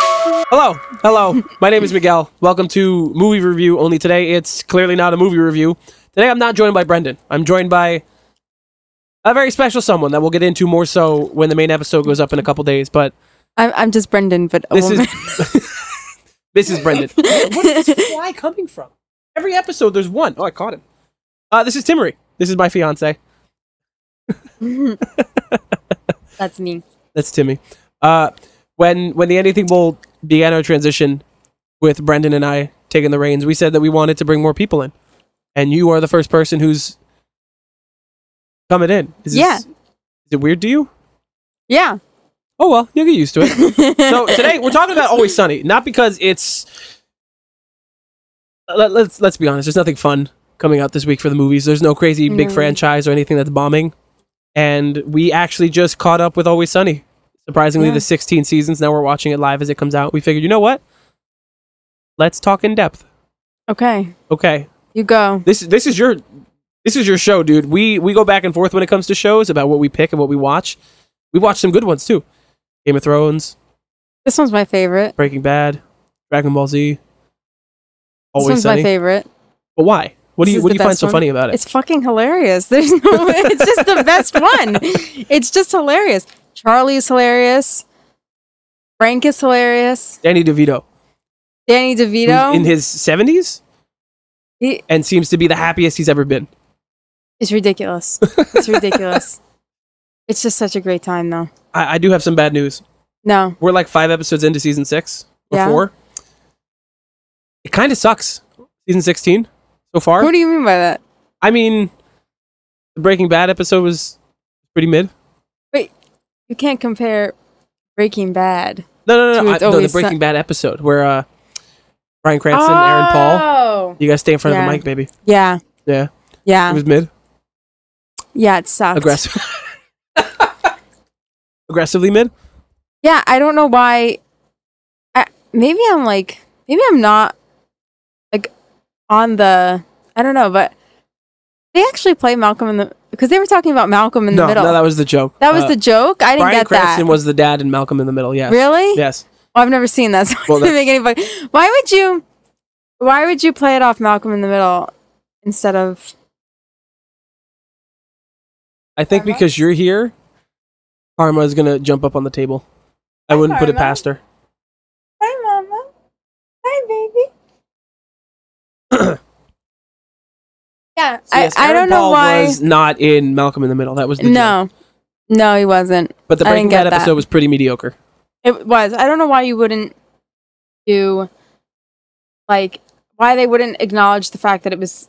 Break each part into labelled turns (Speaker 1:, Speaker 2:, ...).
Speaker 1: Hello, hello. My name is Miguel. Welcome to movie review. Only today, it's clearly not a movie review. Today, I'm not joined by Brendan. I'm joined by a very special someone that we'll get into more so when the main episode goes up in a couple days. But
Speaker 2: I'm, I'm just Brendan, but a
Speaker 1: this
Speaker 2: woman.
Speaker 1: is this is Brendan. Where is this fly coming from? Every episode, there's one. Oh, I caught him. Uh, this is Timory. This is my fiance.
Speaker 2: That's me.
Speaker 1: That's Timmy. Uh, when when the Anything Bowl began our transition with Brendan and I taking the reins, we said that we wanted to bring more people in, and you are the first person who's coming in. Is this,
Speaker 2: Yeah.
Speaker 1: Is it weird to you?
Speaker 2: Yeah.
Speaker 1: Oh well, you'll get used to it. so today we're talking about Always Sunny, not because it's let, let's let's be honest. There's nothing fun coming out this week for the movies. There's no crazy big
Speaker 2: No.
Speaker 1: franchise or anything that's bombing, and we actually just caught up with Always Sunny. Surprisingly,
Speaker 2: Yeah.
Speaker 1: the 16 seasons. Now we're watching it live as it comes out. We figured, you know what? Let's talk in depth.
Speaker 2: Okay.
Speaker 1: Okay,
Speaker 2: You go.
Speaker 1: this this is your this is your show, dude. We we go back and forth when it comes to shows about what we pick and what we watch. We watch some good ones too. Game of Thrones,
Speaker 2: This one's my favorite.
Speaker 1: Breaking Bad, Dragon Ball Z,
Speaker 2: this one's
Speaker 1: Always Sunny.
Speaker 2: my favorite.
Speaker 1: But why? What do
Speaker 2: This
Speaker 1: you
Speaker 2: is
Speaker 1: what do
Speaker 2: the
Speaker 1: you find
Speaker 2: best
Speaker 1: so
Speaker 2: one.
Speaker 1: funny about it?
Speaker 2: It's fucking hilarious. There's no it's just the best one. It's just hilarious. Charlie's hilarious. Frank is hilarious.
Speaker 1: Danny DeVito,
Speaker 2: Danny
Speaker 1: who's
Speaker 2: DeVito
Speaker 1: in his seventies
Speaker 2: he,
Speaker 1: and seems to be the happiest he's ever been.
Speaker 2: is ridiculous. It's ridiculous. it's just such a great time though.
Speaker 1: I, I do have some bad news.
Speaker 2: No.
Speaker 1: We're like five episodes into season six or
Speaker 2: Yeah.
Speaker 1: four. It kind of sucks. Season sixteen so
Speaker 2: What
Speaker 1: far.
Speaker 2: do you mean by that?
Speaker 1: I mean, the Breaking Bad episode was pretty mid.
Speaker 2: You can't compare Breaking Bad.
Speaker 1: No, no, no,
Speaker 2: Dude,
Speaker 1: no. I,
Speaker 2: it's
Speaker 1: no the
Speaker 2: always su-
Speaker 1: Breaking Bad episode where uh, Brian Cranston, Aaron Paul.
Speaker 2: Oh.
Speaker 1: You guys stay in front of the
Speaker 2: Yeah.
Speaker 1: mic, baby.
Speaker 2: Yeah.
Speaker 1: Yeah, it
Speaker 2: Yeah.
Speaker 1: was mid.
Speaker 2: Yeah, it sucks.
Speaker 1: aggressive aggressively mid
Speaker 2: Yeah, I don't know why. I, maybe I'm like, maybe I'm not like on the. I don't know, but they actually play Malcolm in the because they were talking about Malcolm in
Speaker 1: no
Speaker 2: the middle.
Speaker 1: no that
Speaker 2: that,
Speaker 1: was the joke
Speaker 2: was
Speaker 1: Uh,
Speaker 2: the joke. I didn't
Speaker 1: brian
Speaker 2: get
Speaker 1: cranston
Speaker 2: that.
Speaker 1: was the dad and malcolm in the middle yes
Speaker 2: really?
Speaker 1: yes
Speaker 2: Well, I've never seen that. So
Speaker 1: Well,
Speaker 2: it doesn't make any fuck- Why would you? Why would you play it off Malcolm in the middle instead of?
Speaker 1: i think
Speaker 2: Karma?
Speaker 1: because you're here karma is gonna jump up on the table i
Speaker 2: Hi,
Speaker 1: wouldn't put it
Speaker 2: Karma.
Speaker 1: past her
Speaker 2: Hi, Mama. Hi, baby. yeah,
Speaker 1: So yes,
Speaker 2: I, I
Speaker 1: Aaron
Speaker 2: don't know
Speaker 1: Paul
Speaker 2: why.
Speaker 1: was not in malcolm in the middle that was the joke.
Speaker 2: No, no, he wasn't.
Speaker 1: but the
Speaker 2: I
Speaker 1: breaking
Speaker 2: didn't get
Speaker 1: bad episode
Speaker 2: that.
Speaker 1: was pretty mediocre
Speaker 2: It was. I don't know why you wouldn't do like why they wouldn't acknowledge the fact that it was.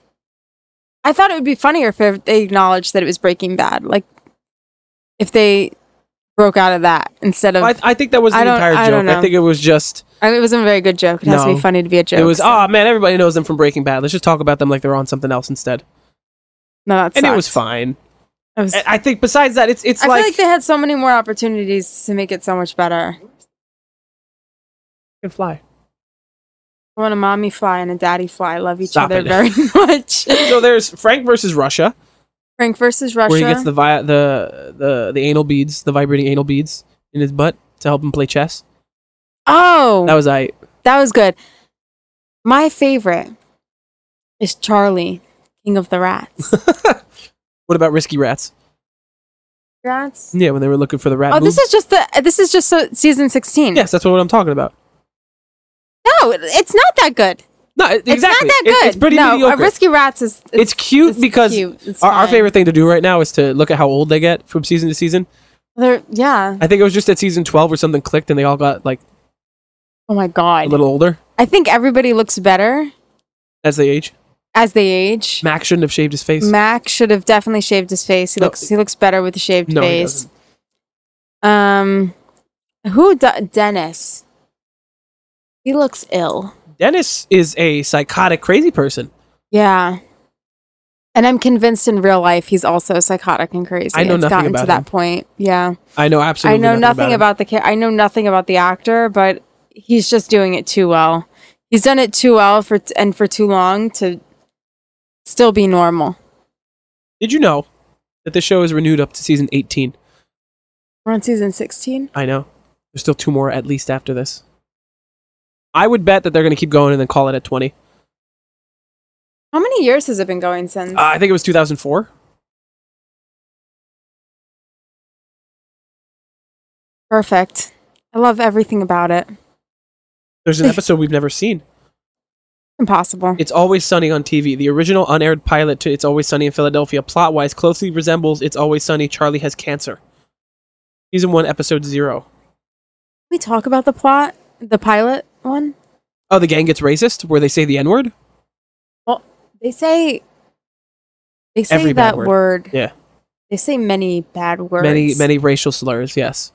Speaker 2: I thought it would be funnier if they acknowledged that it was Breaking Bad. Like if they broke out of that instead of.
Speaker 1: I, I think that was the
Speaker 2: I don't-
Speaker 1: entire
Speaker 2: I
Speaker 1: joke
Speaker 2: don't
Speaker 1: i
Speaker 2: know.
Speaker 1: think it was just
Speaker 2: I mean, it wasn't a very good joke. It has to
Speaker 1: No.
Speaker 2: be funny to be a joke.
Speaker 1: it was
Speaker 2: so-
Speaker 1: oh man everybody knows them from breaking bad let's just talk about them like they're on something else instead
Speaker 2: no, that
Speaker 1: and it was
Speaker 2: sucked.
Speaker 1: fine
Speaker 2: It was-
Speaker 1: I- i think besides that it's it's
Speaker 2: I
Speaker 1: like,
Speaker 2: feel like they had so many more opportunities to make it so much better.
Speaker 1: can fly
Speaker 2: I want a mommy fly and a daddy fly. Love each
Speaker 1: Stop
Speaker 2: other
Speaker 1: it.
Speaker 2: very much.
Speaker 1: so there's frank versus russia
Speaker 2: Frank versus Russia.
Speaker 1: where he gets the vi- the the the anal beads, the vibrating anal beads in his butt to help him play chess.
Speaker 2: oh,
Speaker 1: That was I.
Speaker 2: That was good. My favorite is Charlie, King of the Rats.
Speaker 1: What about risky rats?
Speaker 2: Rats.
Speaker 1: Yeah, when they were looking for the rat.
Speaker 2: Oh, this
Speaker 1: boobs.
Speaker 2: is just the. This is just so, season sixteen.
Speaker 1: yes, that's what I'm talking about.
Speaker 2: No, it- it's not that good.
Speaker 1: No, it- exactly.
Speaker 2: It's not that
Speaker 1: It-
Speaker 2: good.
Speaker 1: it's pretty
Speaker 2: no, uh,
Speaker 1: mediocre.
Speaker 2: Risky Rats is.
Speaker 1: it's cute
Speaker 2: it's
Speaker 1: because
Speaker 2: cute. It's
Speaker 1: our, our
Speaker 2: fine.
Speaker 1: favorite thing to do right now is to look at how old they get from season to season.
Speaker 2: They're, yeah.
Speaker 1: I think it was just at season 12 where something clicked and they all got like
Speaker 2: Oh my
Speaker 1: a
Speaker 2: god.
Speaker 1: little older
Speaker 2: I think everybody looks better
Speaker 1: as they age.
Speaker 2: as they age.
Speaker 1: Mac shouldn't have shaved his face.
Speaker 2: Mac should have definitely shaved his face. He
Speaker 1: No.
Speaker 2: looks. He looks better with a shaved
Speaker 1: No, he
Speaker 2: face. Um, who? d Dennis. He looks ill.
Speaker 1: Dennis is a psychotic crazy person.
Speaker 2: Yeah. And I'm convinced in real life he's also psychotic and crazy.
Speaker 1: I know
Speaker 2: it's
Speaker 1: nothing
Speaker 2: gotten
Speaker 1: about
Speaker 2: to that
Speaker 1: him.
Speaker 2: point. Yeah.
Speaker 1: I know absolutely.
Speaker 2: I know nothing
Speaker 1: him.
Speaker 2: about, the the I know nothing about the actor, but he's just doing it too well. He's done it too well for t- and for too long to still be normal.
Speaker 1: Did you know that the show is renewed up to season 18?
Speaker 2: We're on season 16.
Speaker 1: I know. There's still two more at least after this. I would bet that they're going to keep going and then call it at 20.
Speaker 2: How many years has it been going since?
Speaker 1: Uh, I think it was 2004.
Speaker 2: Perfect. I love everything about it.
Speaker 1: There's an episode we've never seen.
Speaker 2: Impossible.
Speaker 1: It's Always Sunny on TV. The original unaired pilot to It's Always Sunny in Philadelphia, plot wise, closely resembles It's Always Sunny Charlie Has Cancer. Season 1, Episode 0.
Speaker 2: we talk about the plot, the pilot one.
Speaker 1: Oh, the gang gets racist where they say the N word?
Speaker 2: They say they say
Speaker 1: Every bad
Speaker 2: that
Speaker 1: word.
Speaker 2: word.
Speaker 1: Yeah.
Speaker 2: They say many bad words.
Speaker 1: Many, many racial slurs, yes.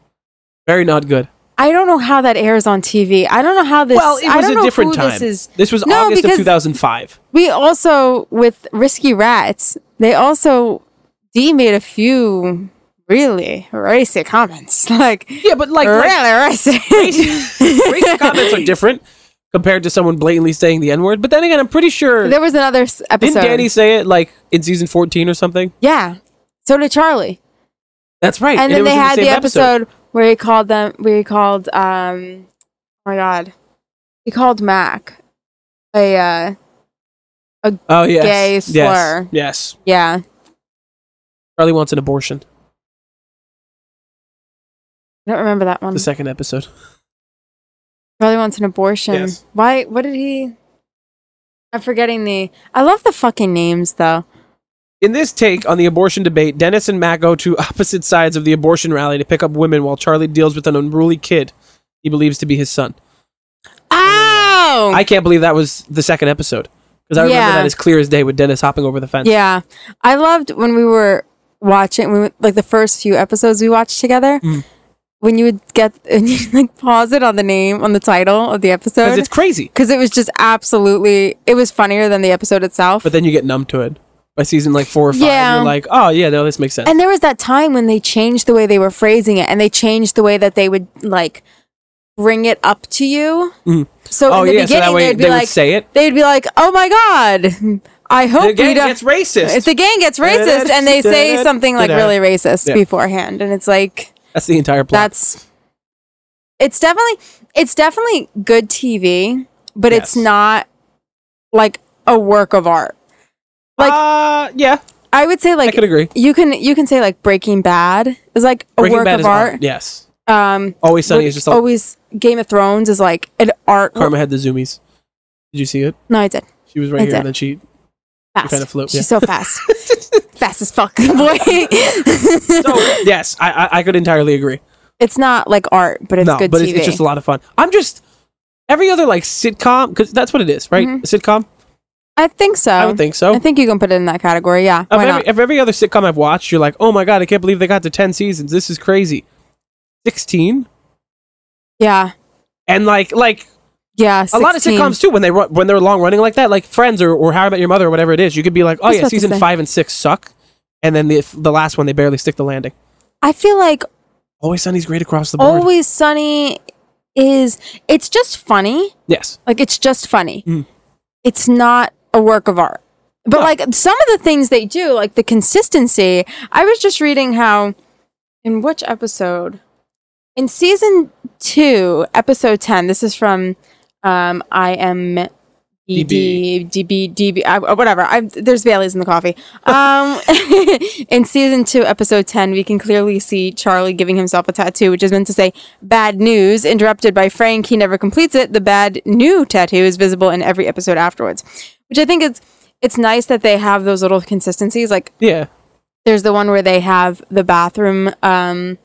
Speaker 1: Very not good.
Speaker 2: I don't know how that airs on TV. I don't know how this.
Speaker 1: well, it
Speaker 2: I
Speaker 1: was
Speaker 2: don't
Speaker 1: a
Speaker 2: know
Speaker 1: different
Speaker 2: who
Speaker 1: time.
Speaker 2: This is.
Speaker 1: This was
Speaker 2: No,
Speaker 1: August of
Speaker 2: because-
Speaker 1: 2005.
Speaker 2: We also with Risky Rats. They also D made a few really racy comments. Like,
Speaker 1: Yeah, but like,
Speaker 2: really
Speaker 1: like
Speaker 2: racy.
Speaker 1: racist comments are different compared to someone blatantly saying the N word. But then again, I'm pretty sure.
Speaker 2: There was another s-
Speaker 1: Didn't
Speaker 2: episode.
Speaker 1: Danny say it like in season 14 or something?
Speaker 2: yeah. So did Charlie.
Speaker 1: That's right.
Speaker 2: and
Speaker 1: it
Speaker 2: then
Speaker 1: was
Speaker 2: they
Speaker 1: in
Speaker 2: had the,
Speaker 1: same
Speaker 2: episode, where he called them where he called um oh my god he called mac a uh
Speaker 1: Oh yes,
Speaker 2: gay slur.
Speaker 1: Yes, yes.
Speaker 2: yeah i
Speaker 1: Charlie wants an abortion.
Speaker 2: don't remember that one
Speaker 1: The second episode.
Speaker 2: charlie wants an abortion
Speaker 1: Yes.
Speaker 2: why what did he i'm forgetting the i love the fucking names though
Speaker 1: In this take on the abortion debate, Dennis and Mac go to opposite sides of the abortion rally to pick up women, while Charlie deals with an unruly kid he believes to be his son.
Speaker 2: oh
Speaker 1: I can't believe that was the second episode because I remember
Speaker 2: Yeah.
Speaker 1: that as clear as day with Dennis hopping over the fence.
Speaker 2: yeah i loved when we were watching we went- like the first few episodes we watched together
Speaker 1: Mm.
Speaker 2: when you would get and you like pause it on the name on the title of the episode
Speaker 1: because it's crazy.
Speaker 2: because it was just absolutely it was funnier than the episode itself
Speaker 1: But then you get numb to it by season like four or five.
Speaker 2: Yeah.
Speaker 1: You're like, oh yeah, no, this makes sense.
Speaker 2: and there was that time when they changed the way they were phrasing it and they changed the way that they would like bring it up to you
Speaker 1: Mhm.
Speaker 2: so
Speaker 1: oh
Speaker 2: in the
Speaker 1: yeah, so
Speaker 2: beginning
Speaker 1: that way
Speaker 2: they'd be
Speaker 1: they would
Speaker 2: like
Speaker 1: say it.
Speaker 2: they'd be like oh my god i hope
Speaker 1: The
Speaker 2: we
Speaker 1: gang
Speaker 2: don't
Speaker 1: gets racist.
Speaker 2: if the gang gets racist and they say something like really racist
Speaker 1: Yeah.
Speaker 2: beforehand and it's like
Speaker 1: That's the entire plot.
Speaker 2: that's it's definitely it's definitely good TV, but it's
Speaker 1: Yes.
Speaker 2: not like a work of art. like-
Speaker 1: uh, yeah,
Speaker 2: I would say
Speaker 1: I
Speaker 2: like
Speaker 1: could agree.
Speaker 2: you can you can say like Breaking Bad is like a
Speaker 1: Breaking
Speaker 2: work
Speaker 1: Bad
Speaker 2: of
Speaker 1: is
Speaker 2: art.
Speaker 1: Yes.
Speaker 2: Um,
Speaker 1: Always Sunny
Speaker 2: what-
Speaker 1: is just like
Speaker 2: always Game of Thrones is like an art.
Speaker 1: Karma had the zoomies. Did you see it?
Speaker 2: No, I did
Speaker 1: She was right
Speaker 2: I
Speaker 1: here,
Speaker 2: did.
Speaker 1: and then she.
Speaker 2: fast.
Speaker 1: kinda flew,
Speaker 2: She's
Speaker 1: yeah.
Speaker 2: so fast, fast as fuck, boy.
Speaker 1: So yes, I, I I could entirely agree.
Speaker 2: it's not like art, but it's
Speaker 1: no,
Speaker 2: good
Speaker 1: but
Speaker 2: TV.
Speaker 1: It's, it's just a lot of fun. I'm just every other like sitcom because that's what it is, right?
Speaker 2: Mhm.
Speaker 1: A sitcom.
Speaker 2: I think so.
Speaker 1: I would think so.
Speaker 2: I think you can put it in that category. Yeah,
Speaker 1: of
Speaker 2: why not?
Speaker 1: every, e-, of every other sitcom I've watched, you're like, oh my god, I can't believe they got to ten seasons. This is crazy. Sixteen
Speaker 2: yeah,
Speaker 1: and like like
Speaker 2: yeah.
Speaker 1: a lot of
Speaker 2: 16.
Speaker 1: sitcoms too when they run, when they're long running like that, like Friends or, or How I Met Your Mother or whatever it is, you could be like, oh
Speaker 2: Just
Speaker 1: yeah,
Speaker 2: about to
Speaker 1: season
Speaker 2: say.
Speaker 1: five and six suck, and then the if the last one they barely stick the landing.
Speaker 2: I feel like
Speaker 1: Always Sunny's great across the board.
Speaker 2: Always Sunny is it's just funny.
Speaker 1: yes,
Speaker 2: Like it's just funny.
Speaker 1: Mm.
Speaker 2: It's not a work of art. But
Speaker 1: No.
Speaker 2: like some of the things they do, like the consistency. I was just reading how in which episode? In season 2, episode 10. This is from um I E am DB, DB, DB, uh, whatever. I'm, there's Bailey's in the coffee. Um, in season two, episode 10, we can clearly see Charlie giving himself a tattoo, which is meant to say bad news, interrupted by Frank. He never completes it. The bad new tattoo is visible in every episode afterwards, which I think it's, it's nice that they have those little consistencies. Like
Speaker 1: yeah.
Speaker 2: there's the one where they have the bathroom, um,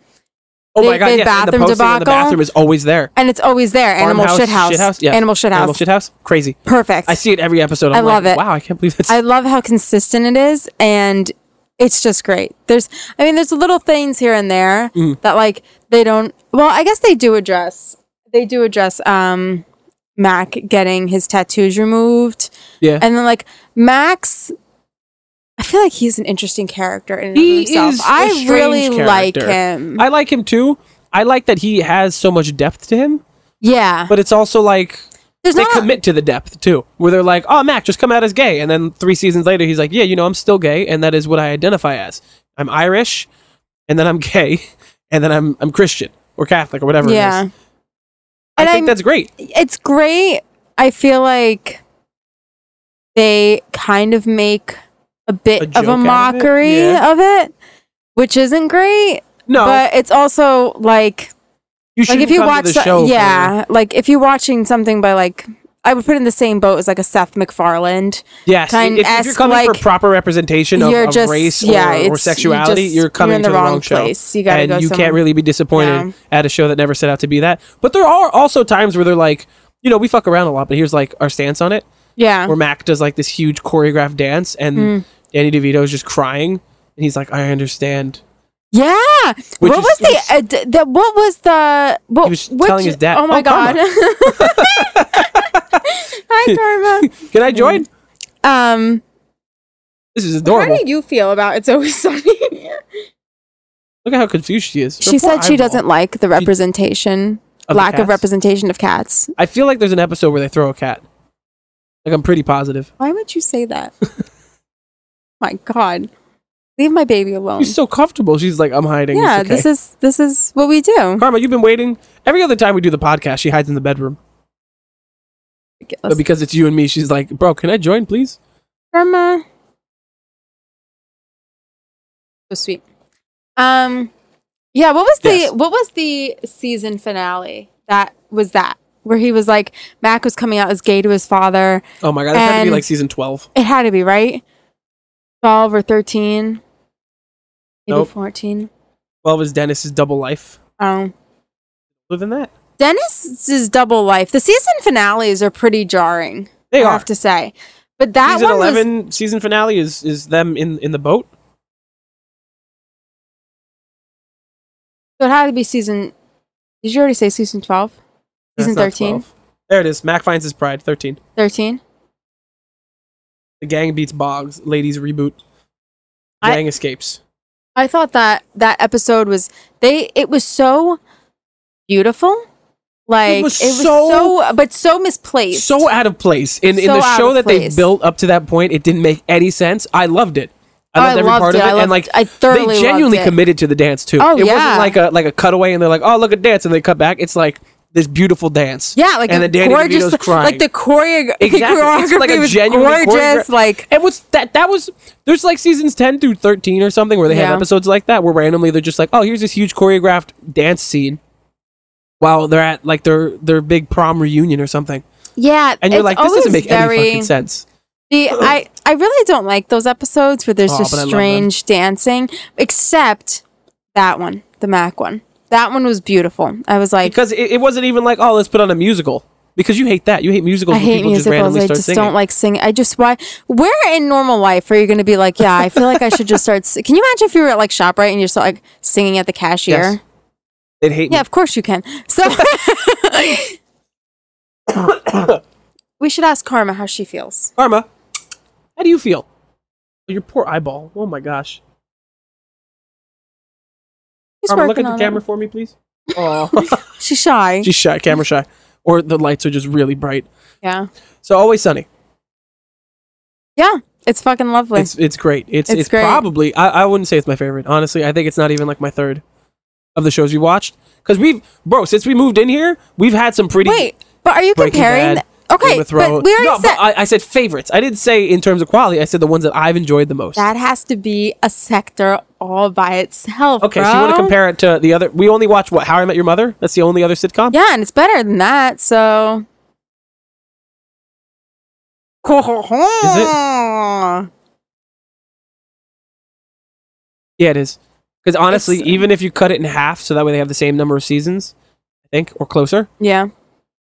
Speaker 1: Oh
Speaker 2: The-
Speaker 1: my god,
Speaker 2: the
Speaker 1: yes, and the
Speaker 2: bathroom
Speaker 1: posting on the
Speaker 2: debacle.
Speaker 1: bathroom is always there.
Speaker 2: and it's always there. Animal
Speaker 1: Farmhouse,
Speaker 2: shithouse.
Speaker 1: shithouse? Yeah.
Speaker 2: Animal shithouse.
Speaker 1: Animal shithouse, crazy.
Speaker 2: Perfect.
Speaker 1: I see it every episode. I'm
Speaker 2: I
Speaker 1: like,
Speaker 2: love it.
Speaker 1: Wow, I can't believe that's
Speaker 2: I love how consistent it is, and it's just great. There's, I mean, there's little things here and there
Speaker 1: Mhm.
Speaker 2: that like they don't. Well, I guess they do address. They do address um, Mac getting his tattoos removed,
Speaker 1: yeah.
Speaker 2: and then like Max. I feel like he's an interesting character in and of
Speaker 1: He
Speaker 2: himself.
Speaker 1: is a
Speaker 2: I
Speaker 1: strange
Speaker 2: really like
Speaker 1: character.
Speaker 2: him.
Speaker 1: I like him too. I like that he has so much depth to him,
Speaker 2: yeah,
Speaker 1: but it's also like
Speaker 2: there's
Speaker 1: they
Speaker 2: not.
Speaker 1: commit to the depth too, where they're like, "Oh, Mac, just come out as gay," and then three seasons later, he's like, "Yeah, you know, I'm still gay, and that is what I identify as. I'm Irish, and then I'm gay, and then I'm I'm Christian or Catholic or whatever." it
Speaker 2: yeah,
Speaker 1: is. I
Speaker 2: And
Speaker 1: think
Speaker 2: I'm-
Speaker 1: that's great.
Speaker 2: it's great. I feel like they kind of make a
Speaker 1: A
Speaker 2: bit
Speaker 1: joke
Speaker 2: of
Speaker 1: out
Speaker 2: a
Speaker 1: of it?
Speaker 2: mockery
Speaker 1: Yeah.
Speaker 2: of it, which isn't great.
Speaker 1: No,
Speaker 2: But it's also like
Speaker 1: you
Speaker 2: like
Speaker 1: should
Speaker 2: if you
Speaker 1: come
Speaker 2: watch
Speaker 1: to the
Speaker 2: so-
Speaker 1: show. for-
Speaker 2: yeah, like if you're watching something by like I would put it in the same boat as like a Seth MacFarlane.
Speaker 1: yes.
Speaker 2: kind
Speaker 1: If, if you're
Speaker 2: esque,
Speaker 1: coming for
Speaker 2: like,
Speaker 1: proper representation of,
Speaker 2: you're
Speaker 1: of
Speaker 2: just
Speaker 1: race or,
Speaker 2: yeah,
Speaker 1: or
Speaker 2: it's- you
Speaker 1: sexuality,
Speaker 2: just-
Speaker 1: you're coming
Speaker 2: in the
Speaker 1: to
Speaker 2: wrong,
Speaker 1: show.
Speaker 2: place. You gotta
Speaker 1: and
Speaker 2: go.
Speaker 1: you
Speaker 2: somewhere.
Speaker 1: can't really be disappointed
Speaker 2: No.
Speaker 1: at a show that never set out to be that. But there are also times where they're like, you know, we fuck around a lot, but here's like our stance on it.
Speaker 2: Yeah,
Speaker 1: Where Mac does like this huge choreographed dance, and
Speaker 2: Mm.
Speaker 1: Danny DeVito's just crying, and he's like, "I understand."
Speaker 2: yeah.
Speaker 1: Which
Speaker 2: what
Speaker 1: is-
Speaker 2: was
Speaker 1: it
Speaker 2: the, uh, d- the what was the what
Speaker 1: He was
Speaker 2: which-
Speaker 1: telling his dad-
Speaker 2: Oh my
Speaker 1: Oh, Karma.
Speaker 2: god! Hi, Karma.
Speaker 1: Can I join?
Speaker 2: Um,
Speaker 1: This is
Speaker 2: how
Speaker 1: adorable.
Speaker 2: do you feel about it's always sunny?
Speaker 1: Look at how confused she is.
Speaker 2: she
Speaker 1: Her poor
Speaker 2: said she
Speaker 1: eyeball.
Speaker 2: doesn't like the representation,
Speaker 1: Of the
Speaker 2: lack of
Speaker 1: cats.
Speaker 2: representation of cats.
Speaker 1: I feel like there's an episode where they throw a cat. Like I'm pretty positive.
Speaker 2: Why would you say that? my god, leave my baby alone.
Speaker 1: She's so comfortable. She's like, I'm hiding.
Speaker 2: Oh. yeah,
Speaker 1: It's okay.
Speaker 2: this is this is what we do.
Speaker 1: Karma. You've been waiting. Every other time we do the podcast, she hides in the bedroom. But because it's you and me, she's like, bro, can I join, please?
Speaker 2: Karma. So sweet. Um, yeah. What was the
Speaker 1: Yes.
Speaker 2: what was the season finale? That was that where he was like Mac was coming out as gay to his father.
Speaker 1: Oh my god, that had to be
Speaker 2: And-
Speaker 1: like season 12.
Speaker 2: It had to be right. Twelve or thirteen. Maybe
Speaker 1: Nope.
Speaker 2: fourteen.
Speaker 1: 12 is Dennis's double life.
Speaker 2: Oh.
Speaker 1: Other than that,
Speaker 2: Dennis's double life. The season finales are pretty jarring,
Speaker 1: they
Speaker 2: I
Speaker 1: are.
Speaker 2: have to say. But that
Speaker 1: season
Speaker 2: one was
Speaker 1: 11 season finale is is them in in the boat.
Speaker 2: so it had to be season did you already say season twelve?
Speaker 1: That's
Speaker 2: Season
Speaker 1: not
Speaker 2: 13?
Speaker 1: 12. There it is. Mac finds his pride. 13.
Speaker 2: Thirteen?
Speaker 1: The gang beats Boggs. Ladies reboot.
Speaker 2: I-
Speaker 1: Gang escapes.
Speaker 2: I thought that that episode was they. It was so beautiful, like it
Speaker 1: was
Speaker 2: was,
Speaker 1: so-
Speaker 2: so, but so misplaced.
Speaker 1: so out of place in, in
Speaker 2: So
Speaker 1: the
Speaker 2: out
Speaker 1: show
Speaker 2: of
Speaker 1: that they
Speaker 2: place.
Speaker 1: built up to that point. It didn't make any sense. I loved it. I
Speaker 2: Oh,
Speaker 1: loved every part
Speaker 2: it.
Speaker 1: of it,
Speaker 2: I
Speaker 1: and
Speaker 2: loved-
Speaker 1: like
Speaker 2: I thoroughly
Speaker 1: they genuinely
Speaker 2: loved it.
Speaker 1: committed to the dance too.
Speaker 2: Oh,
Speaker 1: it wasn't
Speaker 2: yeah.
Speaker 1: like a like a cutaway, and they're like, "Oh, look at dance," and they cut back. It's like this beautiful dance.
Speaker 2: Yeah, like
Speaker 1: and
Speaker 2: a
Speaker 1: then Danny
Speaker 2: gorgeous,
Speaker 1: DeVito's crying.
Speaker 2: like the choreo-
Speaker 1: Exactly. It's
Speaker 2: choreography
Speaker 1: like a
Speaker 2: was
Speaker 1: genuinely
Speaker 2: gorgeous.
Speaker 1: choreograph-
Speaker 2: like
Speaker 1: it was that that was there's like seasons 10 through 13 or something where they have
Speaker 2: Yeah.
Speaker 1: episodes like that where randomly they're just like oh here's this huge choreographed dance scene while they're at like their their big prom reunion or something
Speaker 2: yeah,
Speaker 1: and you're
Speaker 2: it's
Speaker 1: like this doesn't
Speaker 2: always
Speaker 1: make
Speaker 2: very,
Speaker 1: any fucking sense
Speaker 2: The, I I really don't like those episodes where there's
Speaker 1: Oh,
Speaker 2: just
Speaker 1: but I love them.
Speaker 2: strange dancing, except that one, the Mac one. That one was beautiful. I was like,
Speaker 1: because it, it wasn't even like oh let's put on a musical because you hate that you hate musicals
Speaker 2: I
Speaker 1: when
Speaker 2: hate
Speaker 1: people just
Speaker 2: musicals.
Speaker 1: randomly
Speaker 2: I
Speaker 1: start
Speaker 2: just
Speaker 1: singing
Speaker 2: don't like singing. I just why? Where in normal life are you going to be like? Yeah, I feel like I should just start. s- Can you imagine if you were at like Shoprite and you're so like singing at the cashier?
Speaker 1: Yes. they'd hate
Speaker 2: Yeah, of course you can. So we should ask Karma how she feels.
Speaker 1: me karma how do you feel your poor eyeball oh my gosh
Speaker 2: She's
Speaker 1: karma look
Speaker 2: working
Speaker 1: at the
Speaker 2: on
Speaker 1: camera
Speaker 2: It.
Speaker 1: for me please oh
Speaker 2: She's shy.
Speaker 1: she's shy camera shy or the lights are just really bright
Speaker 2: yeah,
Speaker 1: So always sunny.
Speaker 2: yeah. It's fucking lovely.
Speaker 1: It's it's great. It's it's,
Speaker 2: It's great.
Speaker 1: probably I, I wouldn't say it's my favorite. Honestly, I think it's not even like my third of the shows we watched because we've bro since we moved in here we've had some pretty
Speaker 2: Wait, but are you
Speaker 1: Breaking
Speaker 2: comparing?
Speaker 1: Bad,
Speaker 2: the- okay,
Speaker 1: Game of Thrones.
Speaker 2: but we already
Speaker 1: no,
Speaker 2: said
Speaker 1: but I, I said favorites. I didn't say in terms of quality. I said the ones that I've enjoyed the most.
Speaker 2: that has to be a sector all by itself.
Speaker 1: okay,
Speaker 2: bro.
Speaker 1: so you want to compare it to the other? We only watched what How I Met Your Mother. That's the only other sitcom.
Speaker 2: Yeah, and it's better than that. So.
Speaker 1: Yeah, it is. Because honestly,
Speaker 2: It's-
Speaker 1: even if you cut it in half, so that way they have the same number of seasons, I think, or closer.
Speaker 2: Yeah.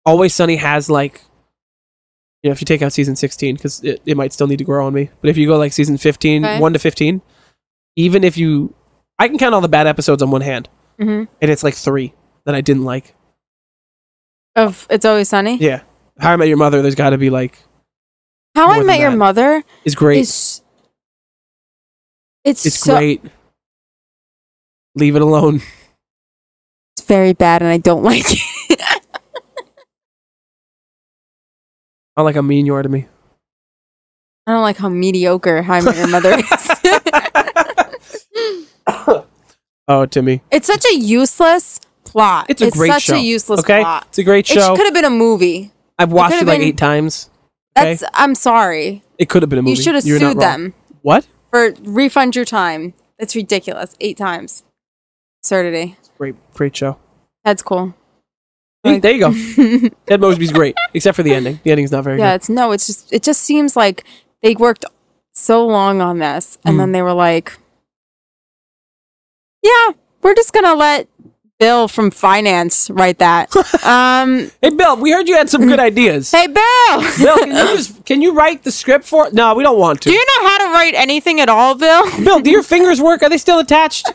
Speaker 1: Always Sunny has like, you know, if you take out season 16, because it, it might still need to grow on me. But if you go like season 15,
Speaker 2: Okay.
Speaker 1: 1 to 15, even if you, I can count all the bad episodes on one hand,
Speaker 2: hmm
Speaker 1: and it's like three that I didn't like.
Speaker 2: Of It's Always Sunny.
Speaker 1: Yeah. How I Met Your Mother, there's got to be like,
Speaker 2: How
Speaker 1: More
Speaker 2: I
Speaker 1: than
Speaker 2: Met Your
Speaker 1: that.
Speaker 2: Mother
Speaker 1: is great. It's,
Speaker 2: is. It's, so,
Speaker 1: great. Leave it alone.
Speaker 2: It's very bad, and I don't like it.
Speaker 1: I like how mean you are to me.
Speaker 2: I don't like how mediocre How I Met Your Mother is.
Speaker 1: Oh, Timmy.
Speaker 2: it's such a useless plot.
Speaker 1: It's a great
Speaker 2: such
Speaker 1: show,
Speaker 2: a useless
Speaker 1: okay,
Speaker 2: plot.
Speaker 1: it's a great
Speaker 2: It
Speaker 1: show.
Speaker 2: could have been a movie.
Speaker 1: I've watched it,
Speaker 2: could've
Speaker 1: like
Speaker 2: been-
Speaker 1: eight times. Okay,
Speaker 2: That's I'm sorry.
Speaker 1: it could have been a movie.
Speaker 2: You should have
Speaker 1: You're not
Speaker 2: sued
Speaker 1: wrong.
Speaker 2: them
Speaker 1: What?
Speaker 2: for refund your time. That's ridiculous. Eight times. Absurdity.
Speaker 1: Great, great show.
Speaker 2: That's cool.
Speaker 1: Hey,
Speaker 2: Like-
Speaker 1: there you go. Ted Mosby's great, except for the ending. The ending's not very
Speaker 2: Yeah, it's no, it's just it just seems like they worked so long on this and
Speaker 1: Mm.
Speaker 2: then they were like Yeah, we're just going to let Bill from finance write that. um
Speaker 1: good. Hey, Bill, we heard you had some good ideas.
Speaker 2: hey Bill.
Speaker 1: Bill, can you just can you write the script for? No, we don't want to.
Speaker 2: Do you know how to write anything at all, Bill?
Speaker 1: Bill, do your fingers work? Are they still attached?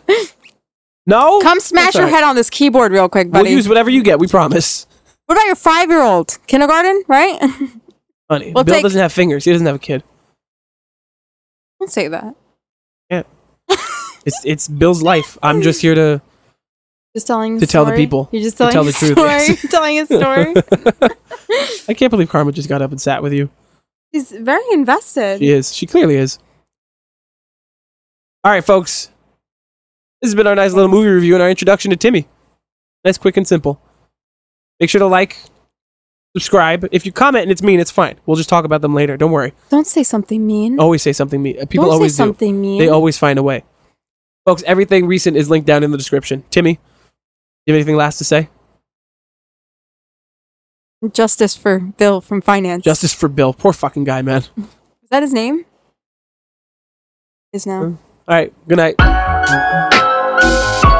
Speaker 1: No.
Speaker 2: Come smash
Speaker 1: That's
Speaker 2: your
Speaker 1: all right.
Speaker 2: head on this keyboard real quick, buddy.
Speaker 1: We'll use whatever you get. We promise,
Speaker 2: what about your 5-year-old? Kindergarten, right?
Speaker 1: honey.
Speaker 2: We'll
Speaker 1: Bill
Speaker 2: take-
Speaker 1: doesn't have fingers. He doesn't have a kid.
Speaker 2: Don't say that.
Speaker 1: It's it's Bill's life. I'm just here to.
Speaker 2: Just telling a
Speaker 1: To tell the
Speaker 2: story?
Speaker 1: people.
Speaker 2: You're just
Speaker 1: To
Speaker 2: telling
Speaker 1: tell
Speaker 2: a
Speaker 1: the truth,
Speaker 2: story.
Speaker 1: yes.
Speaker 2: telling a story.
Speaker 1: I can't believe Karma just got up and sat with you.
Speaker 2: He's very invested.
Speaker 1: She is. She clearly is. All right, folks. This has been our nice little movie review and our introduction to Timmy. Nice, quick, and simple. Make sure to like, subscribe. If you comment and it's mean, it's fine. We'll just talk about them later. Don't worry.
Speaker 2: Don't say something mean.
Speaker 1: Always say something mean. Oh, People
Speaker 2: Don't
Speaker 1: always
Speaker 2: Mm-hmm. say
Speaker 1: do.
Speaker 2: something mean.
Speaker 1: They always find a way. Folks, everything recent is linked down in the description. Timmy, you have anything last to say?
Speaker 2: Justice for Bill from finance.
Speaker 1: Justice for Bill. Poor fucking guy, man.
Speaker 2: Is that his name? Is now.
Speaker 1: All right. Good night.
Speaker 3: Thank